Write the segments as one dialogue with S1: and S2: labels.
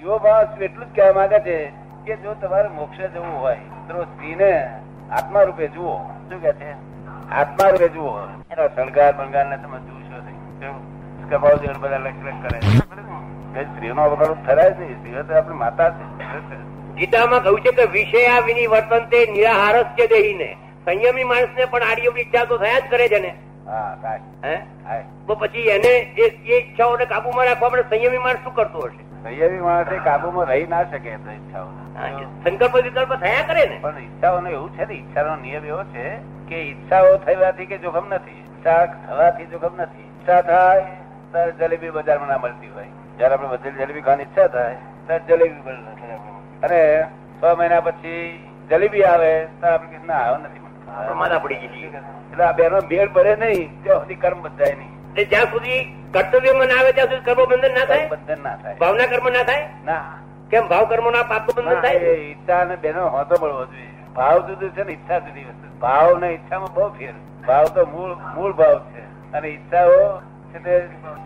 S1: યુવો ભાવ એટલું જ કહેવા માંગે છે કે જો તમારે મોક્ષે જવું હોય તો સ્ત્રીને આત્મા રૂપે જુઓ શું કે છે આત્મા રૂપે જુઓ એનો શણગાર બંગાર ને તમે જોશો નહીં કપાવ જેવું બધા લખ લખ કરે છે સ્ત્રીનો અવગણ થરાય જ નહીં સ્ત્રીઓ તો આપણી માતા છે
S2: ગીતામાં કહ્યું છે કે વિષયા વિની વર્તનતે નિરાહારસ્ય દેહીને સંયમી માણસને પણ આડી અવળી ઈચ્છા તો થયા જ કરે છે ને
S1: હા થાય
S2: હે
S1: થાય
S2: તો પછી એને એ એ ઈચ્છાઓને કાબુમાં રાખવા માટે સંયમી માણસ શું કરતો હશે
S1: સંયમી માણસે કાબુમાં રહી ના શકે એ તો ઈચ્છાઓને.
S2: હા, એ સંકલ્પ વિકલ્પ થયા કરે ને
S1: પણ ઈચ્છાઓનો એવું છે ને ઈચ્છાનો નિયમ એવો છે કે ઈચ્છાઓ થવાથી કે જોખમ નથી ઈચ્છા થવાથી જોખમ નથી ઈચ્છા થાય ત્યારે જલેબી બજારમાં ના મળતી હોય જયારે આપણે વધેલી જલેબી ખાવાની ઈચ્છા થાય ત્યારે જલેબી બજારમાં ના મળતી. અને છ મહિના પછી જલેબી આવે તો આપણે કહીએ, ના આવો નથી મળતી.
S2: આપણે માદા પડી જઈએ.
S1: એટલે આ બેનો મેળ પડે નહીં ત્યાં સુધી કર્મ બંધાય નહીં
S2: એટલે જ્યાં સુધી કર્તવ્યમાં ના આવે ત્યાં સુધી કર્મ બંધન ના
S1: કર્મ
S2: થાય
S1: બંધન ના થાય
S2: ભાવના કર્મ ના થાય
S1: ના
S2: કેમ ભાવ કર્મ ના પાપ બંધન
S1: ના,
S2: થાય
S1: એ ઈચ્છા અને બેનો હોતો મળવો જોઈએ ભાવ જુદું છે ને ઈચ્છા જુદી વસ્તુ છે. ભાવ ને ઈચ્છામાં બહુ ફેર ભાવ તો મૂળ મૂળ ભાવ છે અને ઈચ્છાઓ છે તે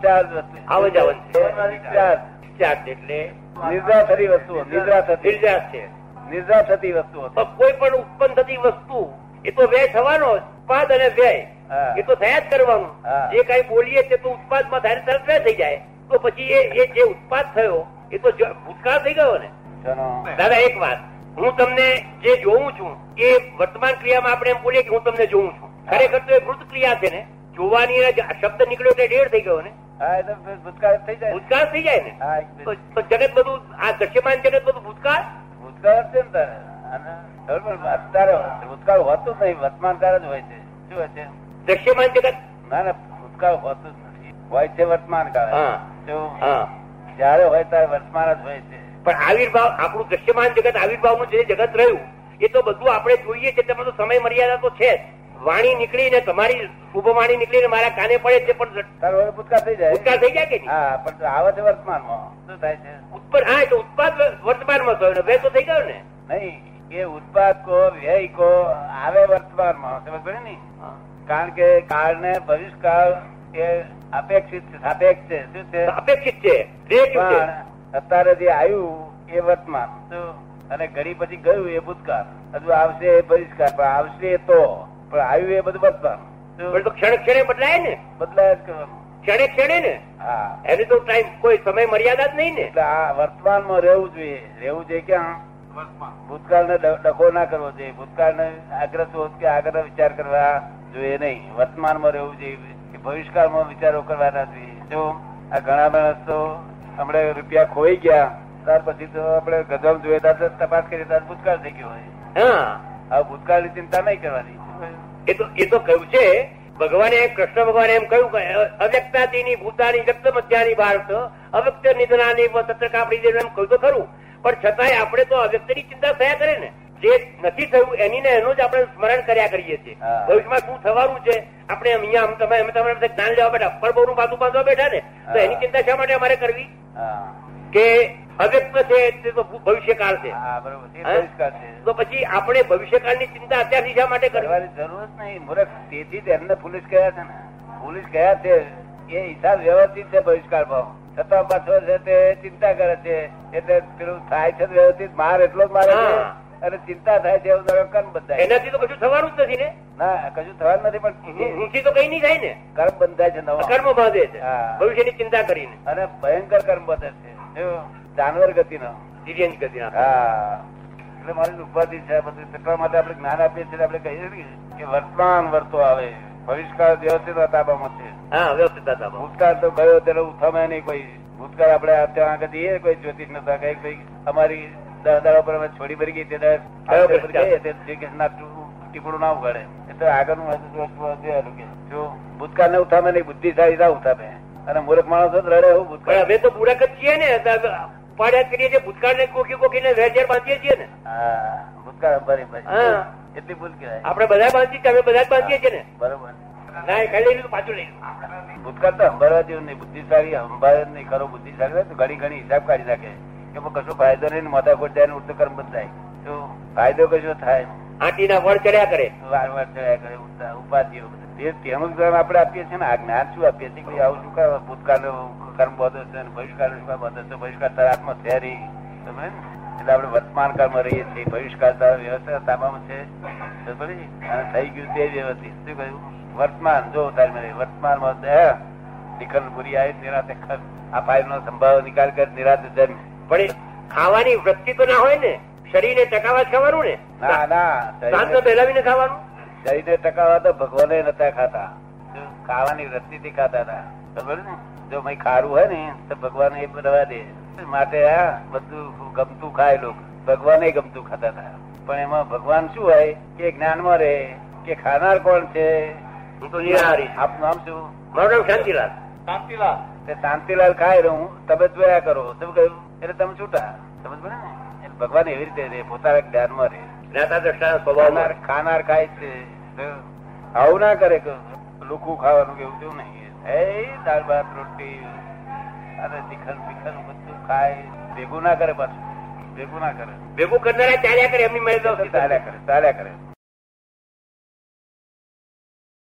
S1: ચાર જ વસ્તુ છે.
S2: આવન-જાવન છે.
S1: ચાર.
S2: ચાર્જ એટલે
S1: નિદ્રા થતી વસ્તુઓ નિદ્રા થતી
S2: નિર્જાત છે
S1: નિદ્રા થતી વસ્તુઓ છે.
S2: પણ કોઈ પણ ઉત્પન્ન થતી વસ્તુ એ તો વ્યય થવાનો જ. ઉત્પાદ અને વ્યય
S1: હા.
S2: એ તો થયા જ કરવાનું
S1: હા.
S2: જે કઈ બોલીએ તે તો ઉત્પાદમાં થાય ને તરત વ્યય થઈ જાય તો પછી એ- એ જે ઉત્પાદ થયો એ તો જ- ભૂતકાળ થઈ ગયો ને
S1: જેનો
S2: દાદા એક વાત હું તમને જે જોઉં છું એ વર્તમાન ક્રિયામાં આપણે એમ બોલીએ કે હું તમને જોઉં છું ખરેખર તો એ મૃત ક્રિયા છે ને જોવાની અને જે શબ્દ નીકળ્યો તે ઢેર થઈ ગયો ને
S1: હા એ તો ભૂ- ભૂતકાળ થઈ જાય
S2: ભૂતકાળ થઈ જાય ને
S1: હા, એક
S2: તો
S1: મિનિટ.
S2: તો જગત બધું આ દ્રશ્યમાન જગત બધું ભૂતકાળ
S1: ભૂતકાળ છે ને તારે અને ખબર પણ અત્યારે ભૂતકાળ હોતું જ નહીં વર્તમાન કાળ જ હોય છે શું હોય છે
S2: દ્રશ્યમાન જગત
S1: ના ના ભૂતકાળ હોતું જ નથી હોય છે વર્તમાન કાળ
S2: હા.
S1: જો
S2: હા
S1: જયારે હોય ત્યારે વર્તમાન જ હોય છે
S2: પણ આવિર્ભાવ આપણું દ્રશ્યમાન જગત આવિર્ભાવનું જે જગત રહ્યું એ તો બધું આપણે જોઈએ છે તેમાં તો સમય મર્યાદા તો છે જ. વાણી નીકળીને તમારી શુભ વાણી નીકળીને મારા કાને પડે છે પણ
S1: તારો હવે ભૂતકાળ થઈ જાય
S2: ભૂતકાળ થઈ જાય કે નહીં
S1: હા પણ તું આવે છે વર્તમાનમાં શું થાય છે
S2: ઉત્પન્ન હા એટલે ઉત્પાદ વર્તમાનમાં થયો ને વ્યય તો થઈ ગયો ને
S1: નહીં એ ઉત્પાદ કો વ્યય કો આવે વર્તમાનમાં સમજ પડી ને કારણ કે કાળ ને ભવિષ્યકાળ એ અપેક્ષિત છે સાપેક્ષ છે શું છે
S2: તો અપેક્ષિત છે relative છે.
S1: પણ અત્યારે જે આવ્યું એ વર્તમાન શું? અને ઘડી પછી ગયું એ ભૂતકાળ હજુ આવશે એ ભવિષ્યકાળ પણ આવશે તો પણ આવ્યું એ બધું વર્તમાન શું?
S2: પણ તો ક્ષણે ક્ષણે બદલાય ને
S1: બદલાય જ કરવાનું
S2: ક્ષણે ક્ષણે ને
S1: હા
S2: એની તો ટાઈમ કોઈ સમય મર્યાદા જ નહીં ને
S1: એટલે આ વર્તમાનમાં રહેવું જોઈએ રહેવું જોઈએ ક્યાં ભૂતકાળને ડ- ડખો ના કરવો જોઈએ ભૂતકાળને આગ્રહ શોધ કે આગળ વિચાર કરવા જોઈએ નહીં વર્તમાનમાં રહેવું જોઈએ કે ભવિષ્યકાળમાં વિચારો કરવા ના જોઈએ જો આ ઘણા માણસ તો હમણાં રૂપિયા ખોઈ ગયા ત્યાર પછી તો આપણે ગધમ જોઈએ ત્યારે તો તપાસ કરીએ ત્યારે ભૂતકાળ થઈ ગયો હોય
S2: હા
S1: આ ભૂતકાળની ચિંતા નહીં કરવાની
S2: એ તો એ તો કહ્યું છે ભગવાને કૃષ્ણ ભગવાને એમ કહ્યું કે અવ્યક્તાની ભૂતાની વ્યક્ત મધ્યાની ભારત અવ્યક્ત નિધનાની તત્ર કાપડી દેવું એમ કહ્યું તો ખરું પણ છતાંય આપણે તો અવ્યક્તની ચિંતા થયા કરે ને જે નથી થયું એની ને એનું જ આપણે સ્મરણ કર્યા કરીએ છીએ
S1: હા.
S2: ભવિષ્યમાં શું થવાનું છે આપણે અહીંયા આમ તમે અમે તમારે બધા જ્ઞાન લેવા બેઠા પર બહુનું બાજુ બાંધવા બેઠા ને તો
S1: હા.
S2: એની ચિંતા શા માટે અમારે કરવી
S1: હા
S2: કે અવ્યક્ત છે તે તો ભવિષ્યકાળ છે
S1: હા બરોબર એ
S2: હે?
S1: ભવિષ્યકાળ છે
S2: તો પછી આપણે ભવિષ્યકાળની ચિંતા અત્યારથી શા માટે કરવી
S1: કરવાની જરૂર જ નહીં મૂર્ખ તેથી જ એમને પોલીસ ગયા છે ને પોલીસ ગયા છે એ હિસાબ વ્યવસ્થિત છે બહિષ્કાર ભાવ છતાં પાછો છે તે ચિંતા કરે છે એટલે પેલું થાય છે તો વ્યવસ્થિત માર એટલો જ મારે છે
S2: હા.
S1: અને ચિંતા થાય છે એવું ધારો કર્મ બંધાય
S2: એનાથી તો કશું થવાનું જ નથી ને
S1: ના કશું થવાનું નથી પણ
S2: ઊંચી તો કઈ નહીં થાય ને
S1: કર્મ બંધાય છે નવો
S2: કર્મ બાંધે છે
S1: હા.
S2: ભવિષ્યની ચિંતા કરીને
S1: અને ભયંકર કર્મ બંધે છે જો જાનવર ગતિનો
S2: ધીરેન ગતિના.
S1: હા એટલે મારી ઉપાધિ છે આ બધી એટલા માટે આપણે જ્ઞાન આપીએ છીએ આપણે કહીએ છીએ કે વર્તમાન વર્તો આવે ભવિષ્યકાળ વ્યવસ્થિત તાબામાં છે
S2: હા વ્યવસ્થિત હતા બહુ.
S1: ભૂતકાળ તો ગયો ત્યારે ઉઠામે નહીં કોઈ ભૂતકાળ આપણે આ ત્યાં આગળ જઈએ કોઈ જ્યોતિષ નતા કઈ કઈ અમારી દસ દાડા પર અમે છોડી ભરી ગઈ તે દસ
S2: બરાબર
S1: દાડા પર
S2: છે.
S1: ગઈ તે જે કે ના ટુ- ટીપણું ના ઉગાડે એ તો આગળનું હતું તો વસ્તુ હતી હારું કે જો ભૂતકાળ ને ઉઠામે નહીં બુદ્ધિશાળી ના ઉઠામે અને મૂર્ખ માણસ જ રડે એવું
S2: પણ
S1: ભૂતકાળ
S2: અમે તો બુરાક જ છીએ ને તો ઉપાડ્યા જ કરીએ છીએ ભૂતકાળને કોકી કોકીને વેર ઝેર બાંધીએ છીએ ને
S1: હા ભૂતકાળ અંબારી ભાઈ
S2: હા.
S1: એટલી ભૂલ કહેવાય
S2: આપણે બધા બાંધીએ છીએ અમે બધા જ બાંધીએ છીએ ને
S1: બરોબર
S2: ના એ ખાઈ લઈ લીધું પાછું લઈ લીધું.
S1: ભૂતકાળ તો સંભાળવા જેવું નહીં બુદ્ધિશાળી સંભાળે જ નહીં ખરો બુદ્ધિશાળી હોય તો ઘણી ઘણી હિસાબ કાઢી નાખે કે પણ કશો ફાયદો નહીં ને મોટા ખોટ જાય ને ઉડતું કર્મ બંધ થાય જો ફાયદો કશો થાય નહીં.
S2: આંટીના વળ ચડ્યા કરે
S1: વાર વાર ચડ્યા કરે ઉડતા ઉપાધિઓ બધી. જે તેનું જ્ઞાન આપણે આપીએ છીએ ને આ જ્ઞાન શું આપીએ છીએ કે ભાઈ આવું શું કરવા ભૂતકાળનું કર્મ બધો છે અને ભવિષ્યકાળનું શું કામ બધો છે ભવિષ્યકાળ તારા હાથમાં છે નહીં સમજે ને? એટલે આપણે વર્તમાન કાળમાં રહીએ છીએ ભવિષ્યકાળ તારા વ્યવસ્થા તાબામાં છે સમજ પડી? અને થઈ ગયું તે વ્યવસ્થિત શું કહ્યું વર્તમાન જો તારી મને વર્તમાનમાં દયા, નિકલ બુરી આય નિરાતે ખર આ પાયનો સંભાવ નિકાલ કર નિરાતે જન્મ
S2: પણ એ ખાવાની વૃત્તિ તો ના હોય ને શરીરને ટકાવા જ ખાવાનું ને
S1: ના ના
S2: દાંતને
S1: શરીરને-
S2: બેલાવીને ખાવાનું
S1: શરીરને ટકાવવા તો ભગવાને નતા ખાતા જો ખાવાની વૃત્તિથી ખાતા હતા ખબર ને જો મય ખારું હોય ને તો ભગવાન એ રવા દે માટે આ બધું ગમતું ખાય લોક ભગવાને ગમતું ખાતા હતા પણ એમાં ભગવાન શું હોય કે જ્ઞાનમાં રહે કે ખાનાર કોણ છે
S2: હું તો નિરાહારી છું.
S1: આપનું નામ શું
S2: મારું નામ શાંતિલાલ
S3: શાંતિલાલ
S1: તે શાંતિલાલ ખાય રહું તમે જોયા કરો તમે કહ્યું એટલે તમે છૂટા સમજ પડે ને એટલે ભગવાન એવી રીતે રે પોતાના જ્ઞાનમાં રે
S2: જ્ઞાતા દ્રષ્ટાના
S1: ખાનાર
S2: સ્વભાવમાં
S1: ખાનાર ખાય છે તો આવું ના કરે કે લુખું ખાવાનું કેવું તેવું નહીં એ દાળ ભાત રોટી અને તીખન બીખન બધું ખાય ભેગું ના કરે પાછું ભેગું ના કરે
S2: ભેગું કરનારા ચાલ્યા કરે એમની મેળે તો
S1: ચાલ્યા કરે ચાલ્યા કરે